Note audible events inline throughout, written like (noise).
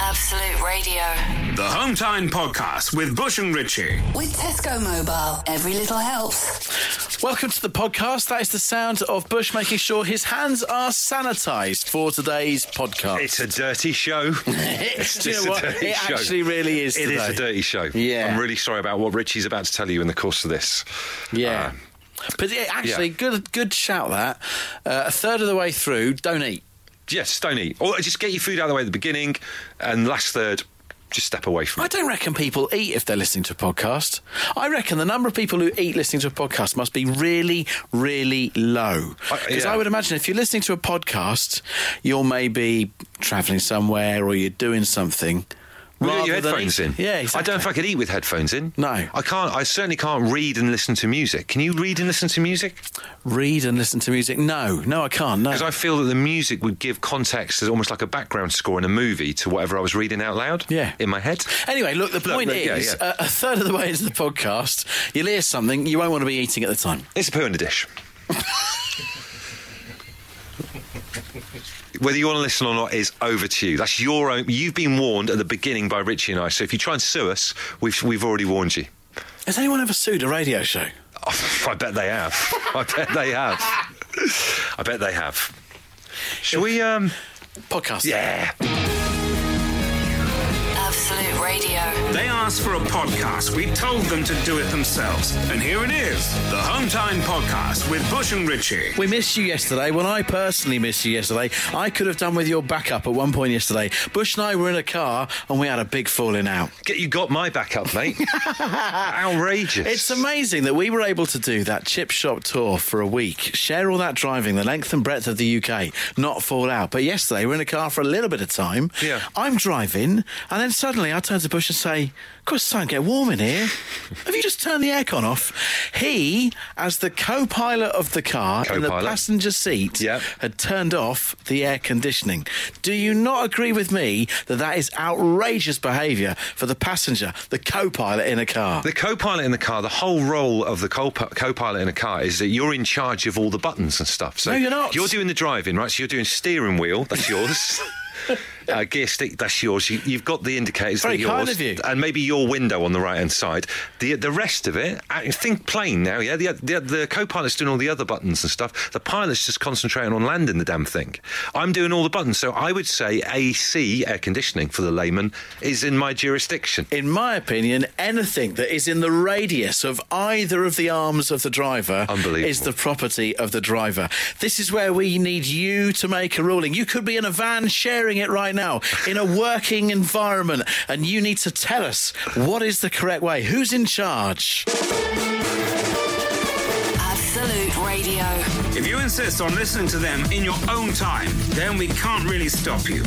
Absolute Radio. The Hometown Podcast with Bush and Richie. With Tesco Mobile, every little helps. Welcome to the podcast. That is the sound of Bush making sure his hands are sanitised for today's podcast. It's a dirty (laughs) show. It's, do you just know a what? dirty It show. actually really is. It is today. a dirty show. Yeah. I'm really sorry about what Richie's about to tell you in the course of this. Yeah. but it actually, yeah. good good shout that. Uh, a third of the way through, don't eat. Yes, don't eat. Or just get your food out of the way at the beginning, and last third, just step away from I it. don't reckon people eat if they're listening to a podcast. I reckon the number of people who eat listening to a podcast must be really, really low. I- Because Uh, yeah. I would imagine if you're listening to a podcast, you're maybe travelling somewhere or you're doing something. Well, you rather your than headphones in. eating. Yeah, I don't know if I could eat with headphones in. No. I can't. I certainly can't read and listen to music. Can you read and listen to music? read and listen to music. No, no, I can't. No. Because I feel that the music would give context as almost like a background score in a movie to whatever I was reading out loud. Yeah. In my head. Anyway, look, the point look, yeah, is, yeah. uh, a third of the way into the podcast, you'll hear something you won't want to be eating at the time. It's a poo in a dish. Whether you want to listen or not is over to you. That's your own. You've been warned at the beginning by Richie and I. So if you try and sue us, we've we've already warned you. (laughs) Has anyone ever sued a radio show? I bet they have. (laughs) I bet they have. I bet they have. Shall we? Um. Podcast. Yeah. Absolute Radio. They asked for a podcast. We told them to do it themselves. And here it is The Hometown Podcast with Bush and Richie. We missed you yesterday. Well, I personally missed you yesterday. I could have done with your backup at one point yesterday. Bush and I were in a car and we had a big falling out. Get you got my back up, mate. Outrageous. It's amazing that we were able to do that chip shop tour for a week, share all that driving the length and breadth of the UK, not fall out. But yesterday, we're in a car for a little bit of time. Yeah. I'm driving, and then suddenly I turn to Bush and say, "Of it's starting to get warm in (laughs) here. Have you just turned the aircon off?" He, as the co-pilot of the car in the Co-pilot. passenger seat, Yep. had turned off the air conditioning. Do you not agree with me that that is outrageous behaviour for the passenger, the co-pilot in a car? The co-pilot in the car, the whole role of the co- co-pilot in a car is that you're in charge of all the buttons and stuff. So No, you're not. You're doing the driving, right? So you're doing steering (laughs) wheel. That's yours. Uh, gear stick, that's yours. You, you've got the indicators. Very they're kind yours, of you. And maybe your window on the right hand side. The the rest of it, I think plain now. Yeah, the, the the co-pilot's doing all the other buttons and stuff. The pilot's just concentrating on landing the damn thing. I'm doing all the buttons. So I would say AC air conditioning for the layman is in my jurisdiction. in my opinion, anything that is in the radius of either of the arms of the driver Unbelievable. is the property of the driver. This is where we need you to make a ruling. You could be in a van sharing it right now in a working environment, and you need to tell us what is the correct way. Who's in charge? (laughs) Absolute Radio. If you insist on listening to them in your own time, then we can't really stop you.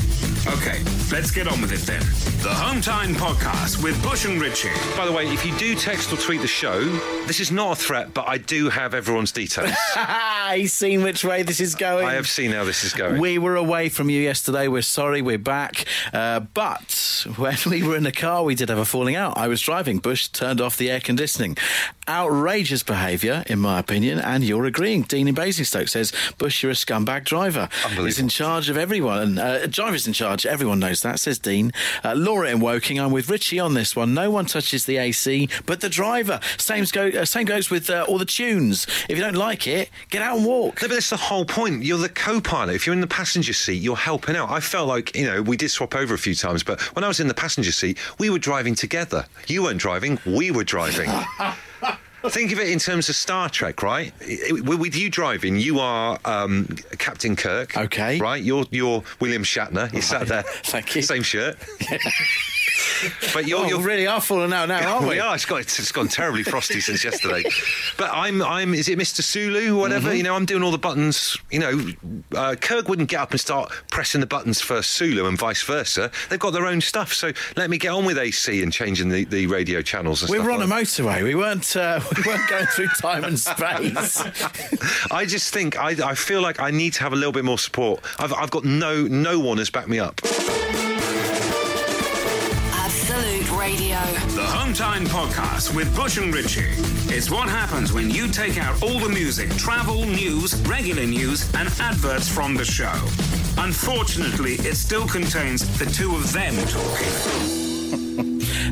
Okay, let's get on with it then. The Hometown Podcast with Bush and Richie. By the way, if you do text or tweet the show, this is not a threat, but I do have (laughs) everyone's details. He's seen which way this is going. I have seen how this is going. We were away from you yesterday. We're sorry. We're back. Uh, but when we were in the car, we did have a falling out. I was driving. Bush turned off the air conditioning. Outrageous behaviour, in my opinion, and you're agreeing. Dean in Basingstoke says, Bush, you're a scumbag driver. Unbelievable. He's in charge of everyone. Uh, driver's in charge. Everyone knows that, says Dean. Uh, Laura in Woking, I'm with Richie on this one. No one touches the AC but the driver. Same's go, uh, same goes with uh, all the tunes. If you don't like it, get out and walk. No, but that's the whole point. You're the co-pilot. If you're in the passenger seat, you're helping out. I felt like you know we did swap over a few times, but when I was in the passenger seat, we were driving together. You weren't driving. We (laughs) were driving. Think of it in terms of Star Trek, right? I- I- With you driving, you are um, Captain Kirk. Okay. Oh, Right? You're, you're William Shatner. You sat there. Thank you. (laughs) Same shirt. but Oh, you're, you're you really are falling out (laughs) now, aren't Oh, we? we are. It's, got, it's, it's gone terribly frosty (laughs) since yesterday. But I'm, I'm. Is it Mr. Sulu? Whatever. Mm-hmm. You know, I'm doing all the buttons. You know, uh, Kirk wouldn't get up and start pressing the buttons for Sulu and vice versa. They've got their own stuff. So let me get on with AC and changing the, the radio channels. And We stuff were on a like that. motorway. We weren't. Uh, (laughs) we weren't going through time and (laughs) space. I just think I, I feel like I need to have a little bit more support. I've, I've got no no one has backed me up. Absolute Radio. The Hometown Podcast with Bush and Richie. It's what happens when you take out all the music, travel, news, regular news, and adverts from the show. Unfortunately, it still contains the two of them talking.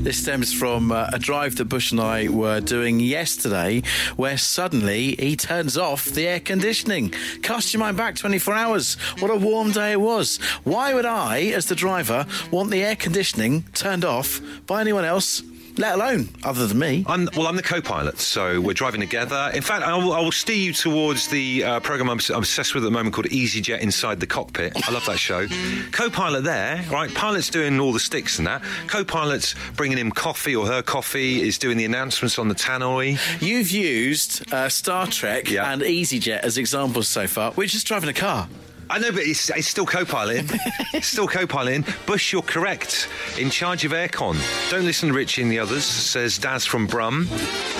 This stems from uh, a drive that Bush and I were doing yesterday, where suddenly he turns off the air conditioning. Cast your mind back 24 hours. What a warm day it was. Why would I, as the driver, want the air conditioning turned off by anyone else, let alone other than me? I'm, well, I'm the co-pilot, so we're driving together. In fact, I will, I will steer you towards the uh, program I'm, obs- I'm obsessed with at the moment called EasyJet Inside the Cockpit. I love that show. co-pilot there, right? Pilot's doing all the sticks and that. Co-pilot's bringing him coffee or her coffee. Is doing the announcements on the tannoy. You've used uh, Star Trek Yeah. and EasyJet as examples so far. We're just driving a car. I know, but it's, it's still (laughs) co-piloting. it's still co-piloting. Bush, you're correct. In charge of aircon. Don't listen to Richie and the others, says Daz from Brum.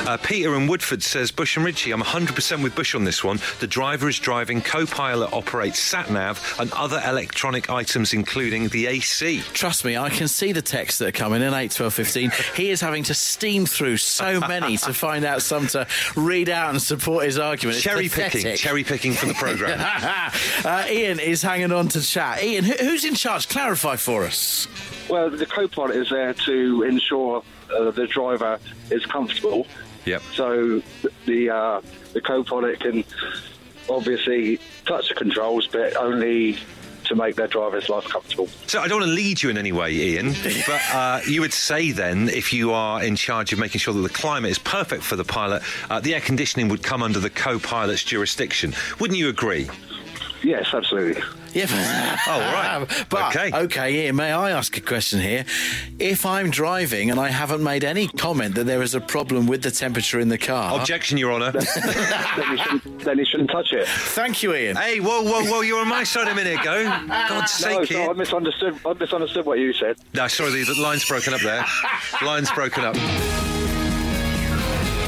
Uh, Peter in Woodford says, Bush and Richie, I'm 100% with Bush on this one. The driver is driving, co-pilot operates sat-nav and other electronic items, including the AC. Trust me, I can see the texts that are coming in 8, 12, 15. He is having to steam through so many (laughs) to find out some to read out and support his argument. It's cherry picking. pathetic. Cherry picking for the (laughs) programme. (laughs) uh, Ian is hanging on to chat. Ian, who, who's in charge? Clarify for us. Well, the co-pilot is there to ensure uh, the driver is comfortable. Yep. So the uh, the co-pilot can obviously touch the controls, but only to make their driver's life comfortable. So I don't want to lead you in any way, Ian, but uh, you would say then, if you are in charge of making sure that the climate is perfect for the pilot, uh, the air conditioning would come under the co-pilot's jurisdiction. Wouldn't you agree? Yes, absolutely. (laughs) Yeah. (laughs) Oh, right. (laughs) But, okay. Okay. okay, Ian, may I ask a question here? If I'm driving and I haven't made any comment that there is a problem with the temperature in the car. Objection, Your Honour. then, you shouldn't, then you shouldn't touch it. Thank you, Ian. hey, whoa, whoa, whoa! You were on my side a minute ago. God's No, sake, no, I Ian. misunderstood. I misunderstood what you said. No, sorry, the, the line's broken up there. line's broken up.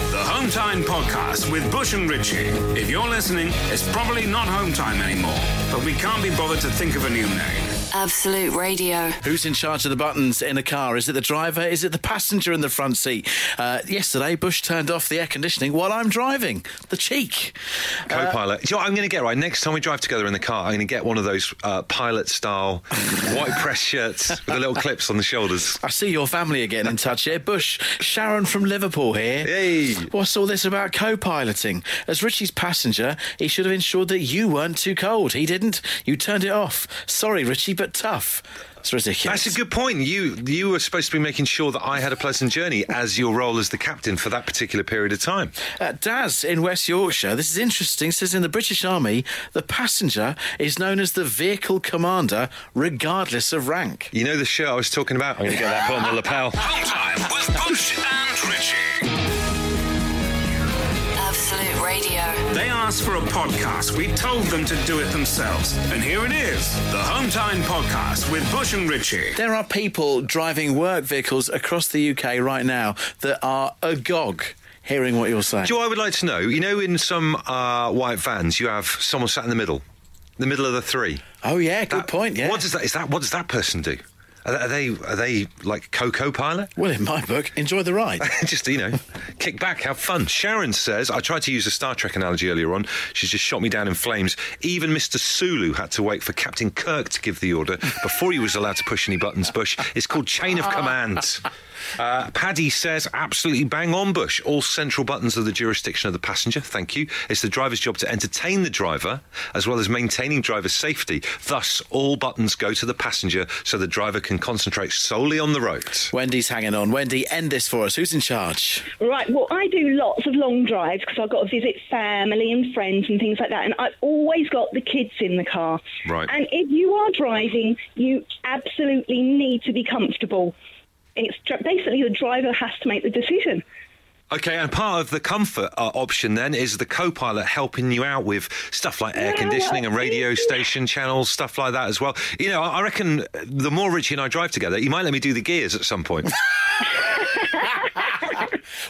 The Home Time Podcast with Bush and Ritchie. If you're listening, it's probably not Home Time anymore, but we can't be bothered to think of a new name. Absolute Radio. Who's in charge of the buttons in a car? Is it the driver? Is it the passenger in the front seat? Uh, yesterday, Bush turned off the air conditioning while I'm driving. The cheek. Co-pilot. Do you know what I'm going to get right? Next time we drive together in the car, I'm going to get one of those uh, pilot-style white press shirts with the little clips on the shoulders. I see your family are getting in touch here. Bush, Sharon from Liverpool here. Hey. What's all this about co piloting? As Richie's passenger, he should have ensured that you weren't too cold. He didn't. You turned it off. Sorry, Richie, but tough. It's ridiculous. That's a good point. You you were supposed to be making sure that I had a pleasant journey as your role as the captain for that particular period of time. Uh, Daz in West Yorkshire, this is interesting, says in the British Army, the passenger is known as the vehicle commander regardless of rank. You know the shirt I was talking about. I'm going to get that put on the lapel. Home Time with Bush and Ritchie. Absolute Radio. They asked for a podcast. We told them to do it themselves. And here it is The Home Time Podcast with Bush and Ritchie. There are people driving work vehicles across the UK right now that are agog hearing what you're saying. (laughs) Do you know what I would like to know? You know, in some uh, white vans, you have someone sat in the middle, the middle of the three. Oh, yeah, good That- point, yeah. Uh, What does that? Is that what does that person do? Are are they are they like co-co pilot? well, in my book, enjoy the ride. (laughs) (laughs) just you know, kick back, have fun. Sharon says, I tried to use a Star Trek analogy earlier on. She's just shot me down in flames. Even Mr. Sulu had to wait for Captain Kirk to give the order before he was allowed to push any buttons. Bush, it's called chain of command. Uh, Paddy says, absolutely bang on, Bush. All central buttons are the jurisdiction of the passenger. Thank you. It's the driver's job to entertain the driver as well as maintaining driver's safety. Thus, all buttons go to the passenger so the driver can concentrate solely on the road. Wendy's hanging on. Wendy, end this for us. Who's in charge? Right, well, I do lots of long drives because I've got to visit family and friends and things like that, and I've always got the kids in the car. Right. And if you are driving, you absolutely need to be comfortable. It's dr- basically the driver has to make the decision. Okay, and part of the comfort uh, option then is the co-pilot helping you out with stuff like air Yeah, conditioning and well, radio yeah. station channels, stuff like that as well. You know, I I reckon uh, the more Richie and I drive together, you might let me do the gears at (laughs) some point.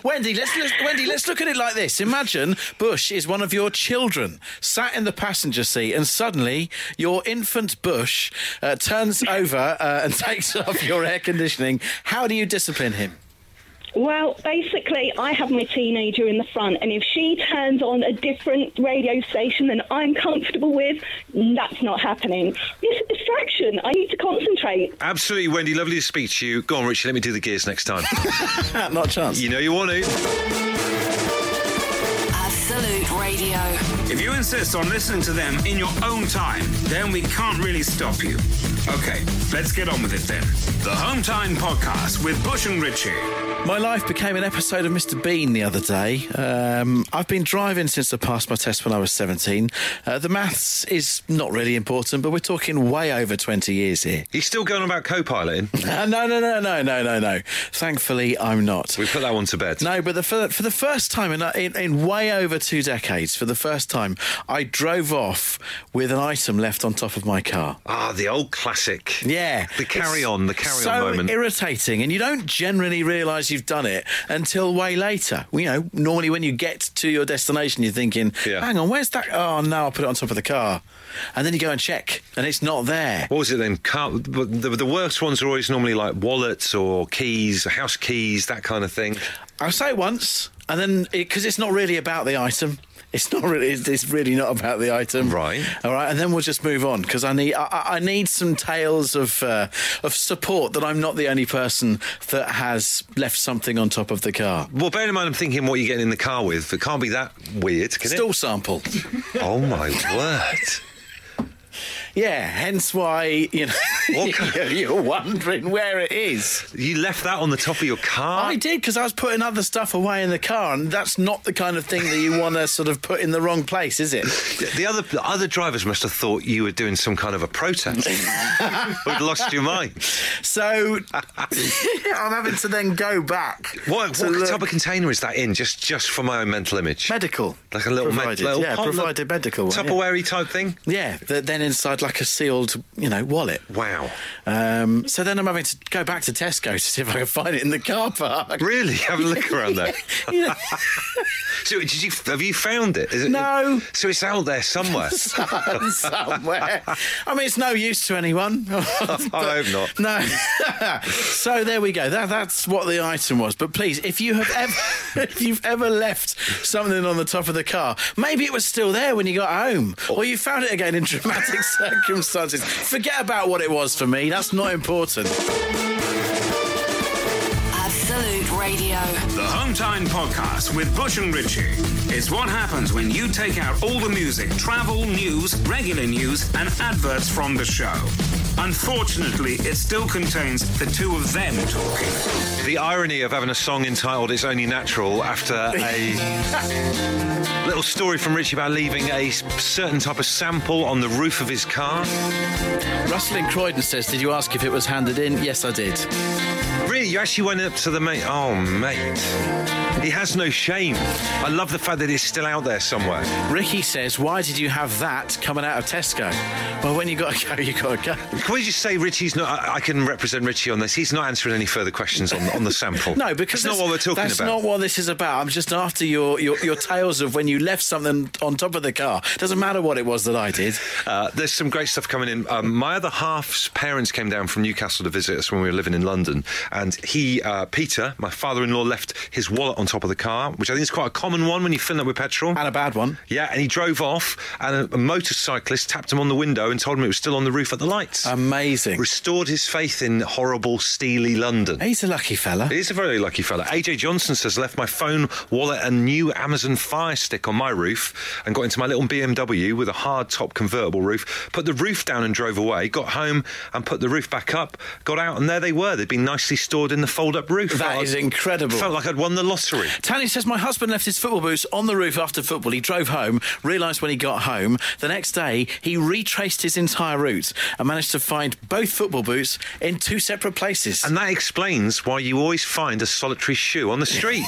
Wendy, let's, let's Wendy, let's look at it like this. Imagine Bush is one of your children, sat in the passenger seat, and suddenly your infant Bush uh, (laughs) turns over uh, and takes off your air conditioning. How do you discipline him? Well, basically, I have my teenager in the front, and if she turns on a different radio station than I'm comfortable with, that's not happening. It's a distraction. I need to concentrate. Absolutely, Wendy. Lovely to speak to you. Go on, Richie. Let me do the gears (laughs) next time. Not a chance. you know you want to. Absolute Radio. If you insist on listening to them in your own time, then we can't really stop you. Okay, let's get on with it then. The Home Time Podcast with Bush and Ritchie. My life became an episode of Mr. Bean the other day. Um, I've been driving since I passed my test when I was 17. Uh, the maths is not really important, but we're talking way over 20 years here. (laughs) He's still going on about co-piloting. Uh, no, no, no, no, no, no, no. Thankfully, I'm not. We put that one to bed. No, but the, for, for the first time in, in, in way over two decades, for the first time, I drove off with an item left on top of my car. Ah, the old classic. Yeah. The carry-on, the It's carry-on so moment. irritating, and you don't generally realise you've done it until way later. You know, normally when you get to your destination, you're thinking, Yeah. hang on, where's that? Oh, no, I put it on top of the car. And then you go and check, and it's not there. what was it then? Car- but the, the worst ones are always normally like wallets or keys, house keys, that kind of thing. I'll say it once, and then because it's not really about the item. It's not really. It's, it's really not about the item, Right. All right, and then we'll just move on because I need. I- I, I need some tales of uh, of support that I'm not the only person that has left something on top of the car. Well, bearing in mind, I'm thinking what you're getting in the car with. It can't be that weird, can Stall sample. it? Oh my word! Yeah, hence why you know (laughs) What kind- you're wondering where it is. You left that on the top of your car. I did because I was putting other stuff away in the car, and that's not the kind of thing that you want to sort of put in the wrong place, is it? The other the other drivers must have thought you were doing some kind of (laughs) a protest. We'd lost your mind. So (laughs) I'm having to then go back. What, to what look- type of container is that in? Just just for my own mental image. medical? like a little, med- provided, little yeah, pot- provided medical one, yeah. Tupperware type thing. Yeah, th- then inside like a sealed, you know, wallet. Wow. Um, so then I'm having to go back to Tesco to see if I can find it in the car park. Really? (laughs) Have a look around there. (laughs) You know, So, did you have you found it? Is it No. So it's out there (laughs) somewhere. somewhere. I mean, it's no use to (laughs) anyone. (laughs) I hope not. No. (laughs) so there we go. That, that's what the item was. But please, if you have ever, (laughs) if you've ever left something on the top of the car, maybe it was still there when you got home, or you found it again in (laughs) dramatic circumstances. Forget about what it was for me. That's not important. Absolute Radio. The Home Time Podcast with Bush and Ritchie. It's what happens when you take out all the music, travel, news, regular news, and adverts from the show. Unfortunately, it still contains the two of them talking. the irony of having a song entitled "It's Only Natural" after a little story from Richie about leaving a s- certain type of sample on the roof of his car. Russell in Croydon says, "Did you ask if it was handed in?" Yes, I did. Really, you actually went up to the mate. Oh, mate. He has no shame. I love the fact that it's still out there somewhere. Ricky says, "Why did you have that coming out of Tesco?" Well, when you got to go, (laughs) you got to go. Can we just say Richie's not? I, I can represent Richie on this. He's not answering any further questions on, on the sample. (laughs) No, because it's not that's- what we're talking that's about. not what this is about. I'm just after your, your, your tales of when you left something on top of the car. Doesn't matter what it was that I did. Uh, there's some great stuff coming in. Um, my other half's parents came down from Newcastle to visit us when we were living in London, and he, uh, Peter, my father-in-law, left his wallet on top of the car, which I think is quite a common one when you fill up with petrol. And a bad one. yeah, and he drove off, and a, a motorcyclist tapped him on the window and told him it was still on the roof at the lights. Um, Amazing. Restored his faith in horrible, steely London. He's a lucky fella. He's a very lucky fella. AJ Johnson says, left my phone, wallet, and new Amazon Fire Stick on my roof and got into my little BMW with a hard top convertible roof, put the roof down and drove away, got home and put the roof back up, got out, and there they were. They'd been nicely stored in the fold up roof. That Felt is like- incredible. Felt like I'd won the lottery. Tanny says, My husband left his football boots on the roof after football. He drove home, realised when he got home. The next day, he retraced his entire route and managed to find both football boots in two separate places. And that explains why you always find a solitary shoe on (laughs) the street.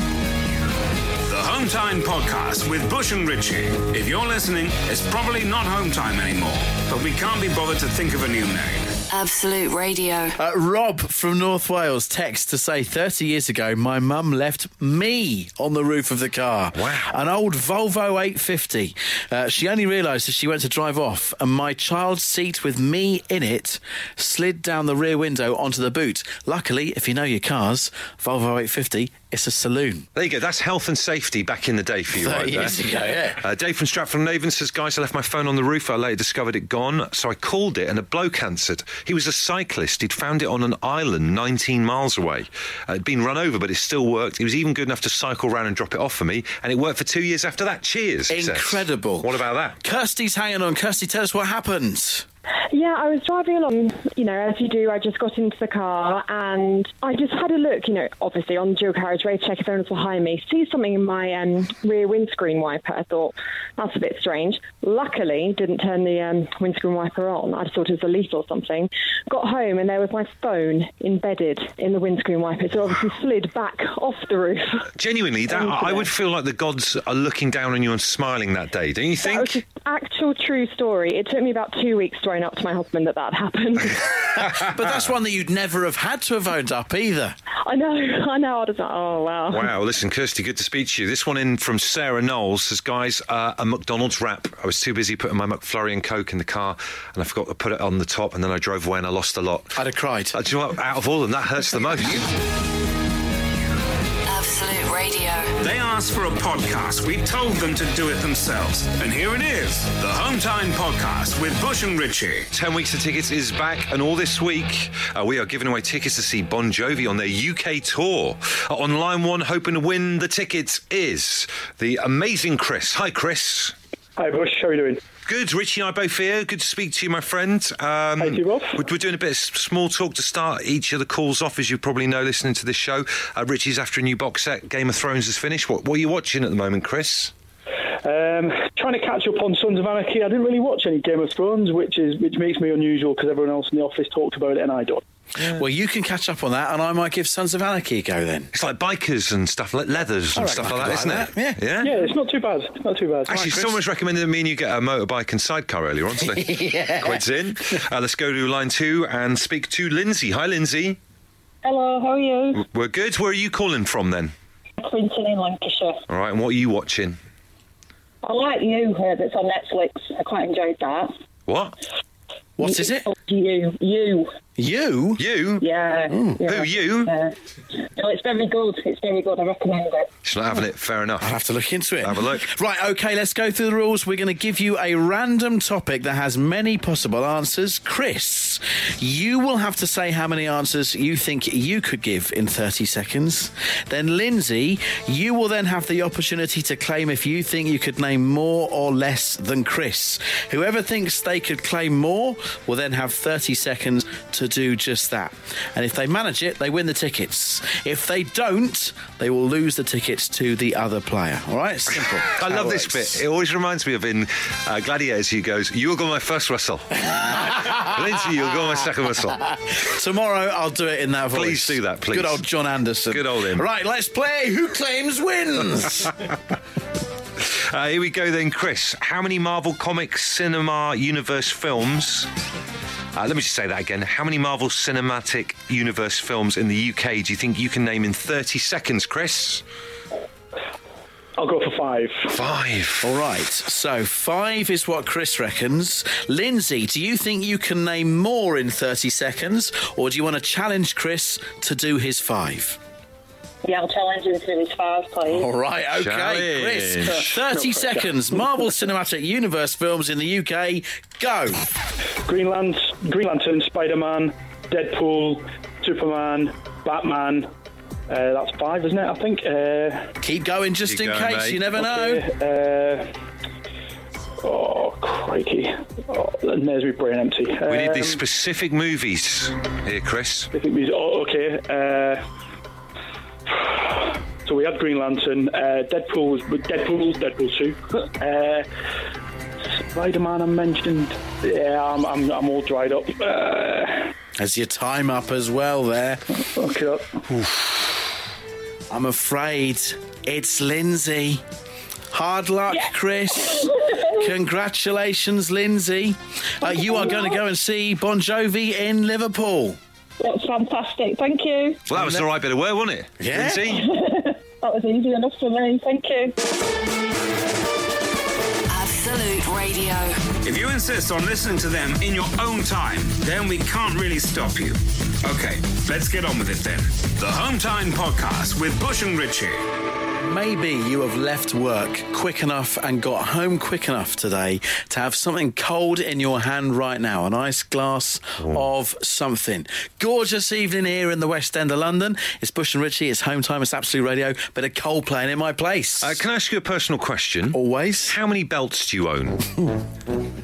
The Home Time Podcast with Bush and Ritchie. If you're listening, it's probably not home time anymore, but we can't be bothered to think of a new name. Absolute Radio. Uh, Rob from North Wales texts to say 30 years ago, my mum left me on the roof of the car. Wow. An old Volvo 850. Uh, she only realised as she went to drive off, and my child's seat with me in it slid down the rear window onto the boot. Luckily, if you know your cars, Volvo 850, it's a saloon. There you go. That's health and safety back in the day for you, 30 right there. years ago, yeah. (laughs) Uh, Dave from Stratford and Avon says, "Guys, I left my phone on the roof. I later discovered it gone, so I called it, and a bloke answered. He was a cyclist. He'd found it on an island 19 miles away. Uh, it'd been run over, but it still worked. He was even good enough to cycle round and drop it off for me, and it worked for two years after that. Cheers! he says. Incredible. What about that? Kirsty's hanging on. Kirsty, tell us what happened. Yeah, I was driving along, you know, as you do. I just got into the car and I just had a look, you know, obviously on the dual carriage race, check if anyone's behind me. See something in my um, rear windscreen wiper. I thought, that's a bit strange. Luckily, didn't turn the um, windscreen wiper on. I just thought it was a leaf or something. Got home and there was my phone embedded in the windscreen wiper. So obviously slid back off the roof. (laughs) Genuinely, that Thank you. I would feel like the gods are looking down on you and smiling that day, don't you That was think? just actual true story. It took me about two weeks throwing up to my husband that that happened. (laughs) But that's one that you'd never have had to have owned up either. I know, I know. I was like, oh, wow. Wow, listen, Kirsty, good to speak to you. This one in from Sarah Knowles says, guys, uh, a McDonald's wrap. I was too busy putting my McFlurry and Coke in the car, and I forgot to put it on the top, and then I drove away and I lost a lot. I'd have cried. Uh, do you know what? Out of all of them, that hurts the most. (laughs) Absolute Radio. They asked for a podcast. We told them to do it themselves. And here it is the Hometown Podcast with Bush and Ritchie. Ten weeks of tickets is back, and all this week uh, we are giving away tickets to see Bon Jovi on their UK tour. Uh, on line one, hoping to win the tickets is the amazing Chris. Hi, Chris. Hi Bush, how are you doing? Good, Richie and I both here. Good to speak to you, my friend. Um, Thank you, Rob. We're, we're doing a bit of s- small talk to start each of the calls off, as you probably know, listening to this show. Uh, Richie's after a new box set. Game of Thrones is finished. What, what are you watching at the moment, Chris? Um, trying to catch up on Sons of Anarchy. I didn't really watch any Game of Thrones, which is which makes me unusual because everyone else in the office talked about it and I don't. Well, you can catch up on that, and I might give Sons of Anarchy a go then. It's like bikers and stuff, like leathers and I reckon stuff I like that, could isn't like it? that, Yeah. Yeah, it's not too bad. It's not too bad. Actually, Chris. someone's recommended that me and you get a motorbike and sidecar earlier on, so quids in. Uh, let's go to line two and speak to Lindsay. Hi, Lindsay. Hello, how are you? We're good. Where are you calling from then? Clinton in Lancashire. All right, and what are you watching? I like you here that's on Netflix. I quite enjoyed that. What? What is it? Oh, You, you, You? You? yeah. yeah. Who, you? Yeah. No, it's very good. It's very good. I recommend it. She's not having it. Fair enough. I'll have to look into it. Have a look. Right, okay, let's go through the rules. We're going to give you a random topic that has many possible answers. Chris, you will have to say how many answers you think you could give in 30 seconds. Then, Lindsay, you will then have the opportunity to claim if you think you could name more or less than Chris. Whoever thinks they could claim more will then have 30 seconds to do just that. And if they manage it, they win the tickets. If they don't, they will lose the tickets to the other player. All right? Simple. I love this bit. It always reminds me of in uh, Gladiators. He goes, "You'll go my first whistle, (laughs) Lindsay. You'll go my (laughs) second whistle." Tomorrow, I'll do it in that voice. Please do that, please. Good old John Anderson. Good old him. Right, let's play Who Claims (laughs) Wins. Uh, here we go then, Chris. How many Marvel Comics Cinema Universe films? Uh, let me just say that again. How many Marvel Cinematic Universe films in the UK do you think you can name in 30 seconds, Chris? I'll go for five. Five. All right, so five is what Chris reckons. Lindsay, do you think you can name more in 30 seconds, or do you want to challenge Chris to do his five? Yeah, I'll challenge you to this five, please. All right, okay, Challenge. Chris. 30 seconds. Marvel Cinematic Universe films in the UK. Go. Green, Lan- Green Lantern, Spider Man, Deadpool, Superman, Batman. Uh, that's five, isn't it? I think. Uh, Keep going just in Keep going, case. mate. You never know. okay, uh, oh crikey! Oh, that there's my brain empty. We need these specific movies here, Chris. I think we. Oh, okay. Uh, so we had Green Lantern, uh, Deadpool was Deadpool, Deadpool two. Uh, Spider-Man I mentioned. Yeah, I'm, I'm, I'm all dried up. Uh, Has your time up as well there. okay. I'm afraid it's Lindsay. Hard luck, Chris. Congratulations, Lindsay. Uh, you are going to go and see Bon Jovi in Liverpool. That's fantastic. Thank you. Well, that was the right bit of work, wasn't it? Yeah. Lindsay? That was easy enough for me. Thank you. Absolute Radio. If you insist on listening to them in your own time, then we can't really stop you. Okay, let's get on with it then. The Hometown Podcast with Bush and Ritchie. Maybe you have left work quick enough and got home quick enough today to have something cold in your hand right now, a nice glass Mm. of something. Gorgeous evening here in the West End of London. It's Bush and Ritchie, it's home time, it's Absolute Radio, but a cold playing in my place. Uh, can I ask you a personal question? Always. How many belts do you own?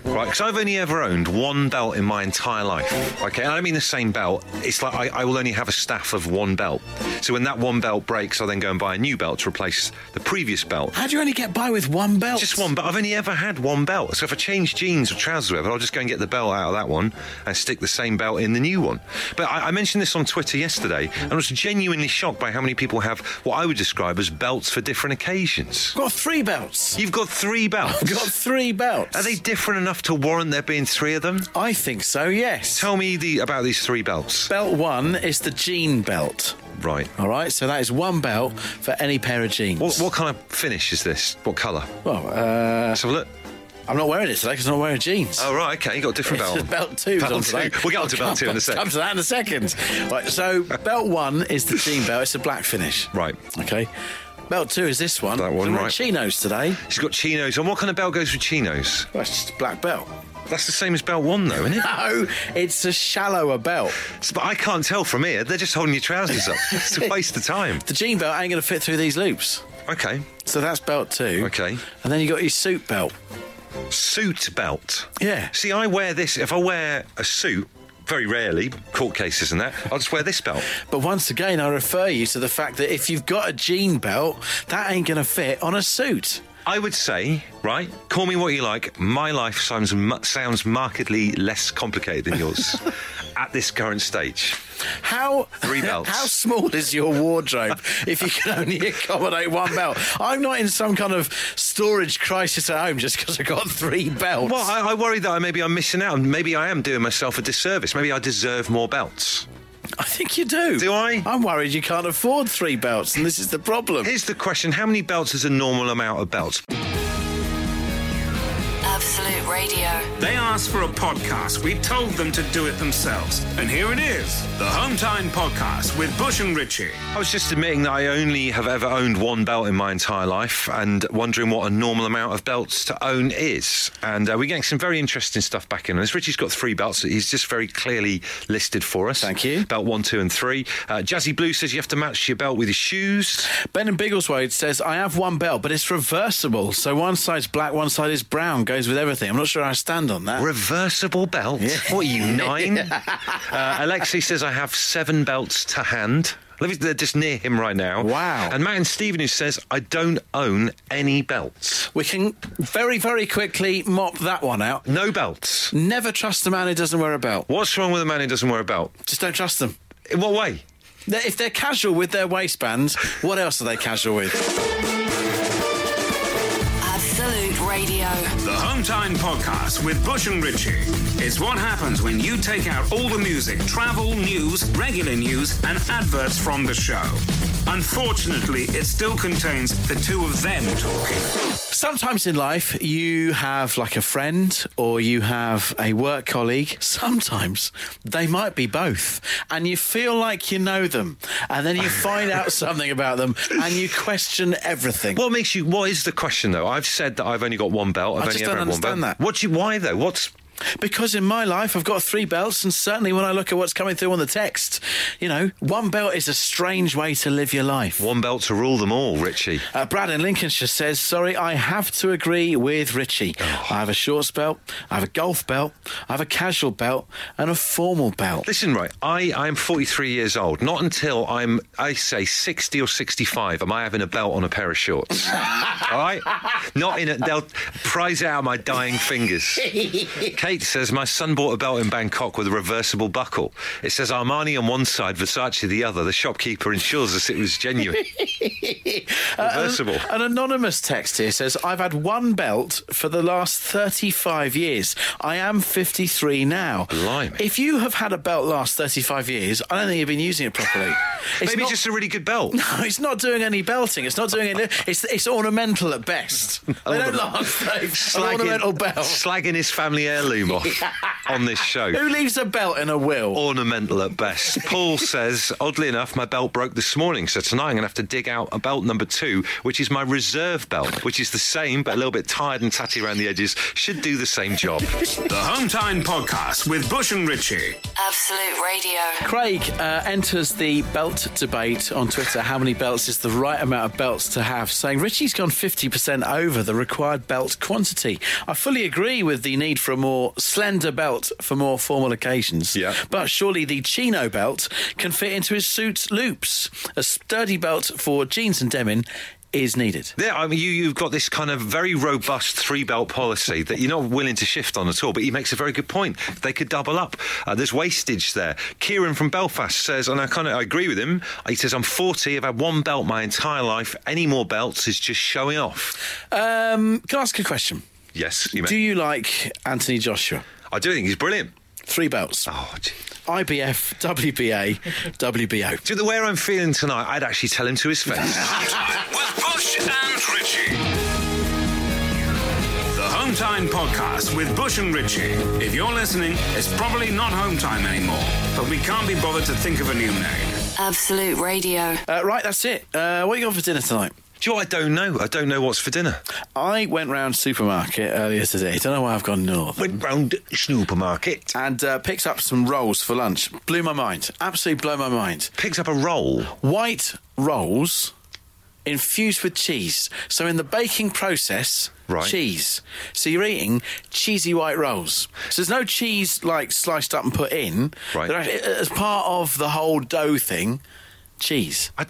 right, because I've only ever owned one belt in my entire life. Okay, and I don't mean the same belt. It's like I, I will only have a staff of one belt. So when that one belt breaks, I'll then go and buy a new belt to replace the previous belt. How do you only get by with one belt? Just one belt. I've only ever had one belt. So if I change jeans or trousers or whatever, I'll just go and get the belt out of that one and stick the same belt in the new one. But I, I mentioned this on Twitter yesterday and I was genuinely shocked by how many people have what I would describe as belts for different occasions. Got three belts. You've got three belts. Got three belts. Are they different enough to warrant there being three of them? I think so, yes. Tell me the about these three belts. Belt one is the jean belt. Right. All right, so that is one belt for any pair of jeans. What, what kind of finish is this? What colour? Well, uh, Let's have a look. I'm not wearing it today because I'm not wearing jeans. Oh, right, okay, you got a (laughs) different It's (laughs) belt. just belt two. Belt two. We'll get on to belt two in a second. Come (laughs) second. to that in a second. Right, so belt one is the jean belt. It's a black finish. Right. Okay. Belt two is this one. That one, I'm wearing right. chinos today. She's got chinos on. What kind of belt goes with chinos? Well, it's just a black belt. (laughs) That's the same as belt one, though, isn't it? No, it's a shallower belt. But I can't tell from here. They're just holding your trousers (laughs) up. It's a waste of time. The jean belt ain't going to fit through these loops. Okay. So that's belt two. Okay. And then you got your suit belt. Suit belt. Yeah. See, I wear this. If I wear a suit, very rarely, court cases and that, I'll just wear this belt. But once again, I refer you to the fact that if you've got a jean belt, that ain't going to fit on a suit. I would say, right? Call me what you like. My life sounds mu- sounds markedly less complicated than (laughs) yours at this current stage. How (laughs) Three belts. How small is your wardrobe (laughs) if you can only accommodate one belt? I'm not in some kind of storage crisis at home just because I got three belts. Well, I, I worry that I, maybe I'm missing out. and Maybe I am doing myself a disservice. Maybe I deserve more belts. I think you do. Do I? I'm worried you can't afford three belts, and this is the problem. Here's the question: How many belts is a normal amount of belts? Absolute Radio. They asked for a podcast. We told them to do it themselves. And here it is the Hometown Podcast with Bush and Ritchie. I was just admitting that I only have ever owned one belt in my entire life and wondering what a normal amount of belts to own is. And uh, we're getting some very interesting stuff back in on this. Richie's got three belts that he's just very clearly listed for us. Thank you. Belt one, two, and three. Uh, Jazzy Blue says you have to match your belt with your shoes. Ben and Biggleswade says, I have one belt, but it's reversible. So one side's black, one side is brown, goes with everything. I'm not sure I stand on that. Reversible belt. What (laughs) are you, nine? uh, Alexei says I have seven belts to hand. Look, They're just near him right now. Wow. And Matt and Steven who says, I don't own any belts. we can very, very quickly mop that one out. No belts. Never trust a man who doesn't wear a belt. What's wrong with a man who doesn't wear a belt? Just don't trust them. In what way? They're- If they're casual with their waistbands, what else are they casual with? Absolute Radio. The Hometown Podcast with Bush and Ritchie. It's what happens when you take out all the music, travel, news, regular news, and adverts from the show. Unfortunately, it still contains the two of them talking. Sometimes in life, you have like a friend or you have a work colleague. Sometimes they might be both, and you feel like you know them, and then you find out something about them and you question everything. What makes you? What is the question though? I've said that I've only got one belt. I've I only just ever don't had one belt. understand that. What do you? Why though? What's? Because in my life, I've got three belts, and certainly when I look at what's coming through on the text, you know, one belt is a strange way to live your life. One belt to rule them all, Richie. Uh, Brad in Lincolnshire says, Sorry, I have to agree with Richie. Oh. I have a shorts belt, I have a golf belt, I have a casual belt, and a formal belt. Listen, right. I I am 43 years old. Not until I'm I say 60 or 65 am I having a belt on a pair (laughs) of shorts. (laughs) all right. Not in it. They'll prize it out of my dying fingers. Okay. Kate says, My son bought a belt in Bangkok with a reversible buckle. It says Armani on one side, Versace the other. The shopkeeper ensures us it (laughs) was genuine. Uh, um, reversible. An anonymous text here says, I've had one belt for the last 35 years. I am 53 now. Blimey. If you have had a belt last 35 years, I don't think you've been using it (gasps) properly. It's Maybe not, just a really good belt. No, (laughs) it's not doing any belting. It's not doing any. It's, it's ornamental at (laughs) best. They don't last. They've an ornamental belt. slagging his family heirloom off (laughs) on this show. Who leaves a belt in a will? ornamental at best. Paul says, oddly enough, my belt broke this morning, so tonight I'm going to have to dig out a belt number two, which is my reserve belt, which is the same but a little bit tired and tatty around the edges. Should do the same job. The Hometown Podcast with Bush and Ritchie. Absolute Radio. Craig uh, enters the belt debate on Twitter. How many belts is the right amount of belts to have? Saying Richie's gone 50% over the required belt quantity. I fully agree with the need for a more slender belt for more formal occasions. Yeah. But surely the chino belt can fit into his suit's loops. A sturdy belt for jeans and denim is needed. There, I mean, you, you've got this kind of very robust three belt policy that you're not willing to shift on at all, but he makes a very good point. They could double up. Uh, there's wastage there. Kieran from Belfast says, and I kind of I agree with him, he says, I'm 40, I've had one belt my entire life. Any more belts is just showing off. Um, can I ask a question? Yes, you may. Do you like Anthony Joshua? I do think he's brilliant. Three belts Oh, gee. IBF, WBA, WBO. Do you know the way I'm feeling tonight, I'd actually tell him to his face. Time with Bush and Ritchie. The Hometown Podcast with Bush and Ritchie. If you're listening, it's probably not home time anymore, but we can't be bothered to think of a new name. Absolute Radio. Uh, right, that's it. Uh, what you got for dinner tonight? Do you know, I don't know. I don't know what's for dinner. I went round supermarket earlier today. Don't know why I've gone north. Went round Snoopermarket, And uh, picked up some rolls for lunch. Blew my mind. Absolutely blew my mind. picked up a roll. White rolls infused with cheese. So in the baking process, Right. cheese. So you're eating cheesy white rolls. So there's no cheese like sliced up and put in. Right. They're act- as part of the whole dough thing, cheese. I,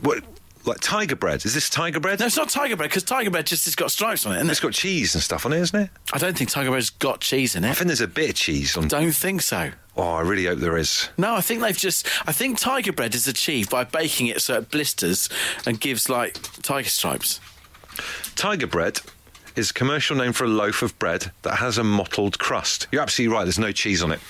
what, like tiger bread? Is this tiger bread? No, it's not tiger bread because tiger bread just has got stripes on it, isn't It's it? got cheese and stuff on it, isn't it? I don't think tiger bread's got cheese in I it. think there's a bit of cheese on. Don't think so. Oh, I really hope there is. No, I think they've just. I think tiger bread is achieved by baking it so it blisters and gives like tiger stripes. Tiger bread is a commercial name for a loaf of bread that has a mottled crust. You're absolutely right. There's no cheese (laughs) on it.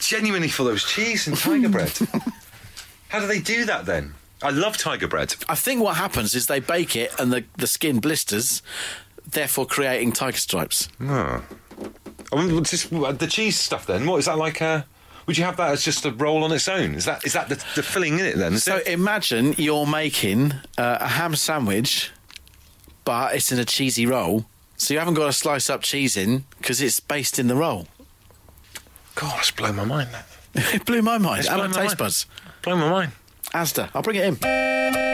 Genuinely for those cheese and tiger bread. (laughs) How do they do that then? I love tiger bread. I think what happens is they bake it and the, the skin blisters, therefore creating tiger stripes. I mean, what's this- uh, the cheese stuff then? What is that like? A, would you have that as just a roll on its own? Is that is that the, the filling in it then? Is So it- imagine you're making uh, a ham sandwich, but it's in a cheesy roll. So you haven't got to slice up cheese in because it's based in the roll. (laughs) God, it's blown my mind. That it blew my mind. It's And blown my my taste mind. buds. blown my mind. Asda, I'll bring it in.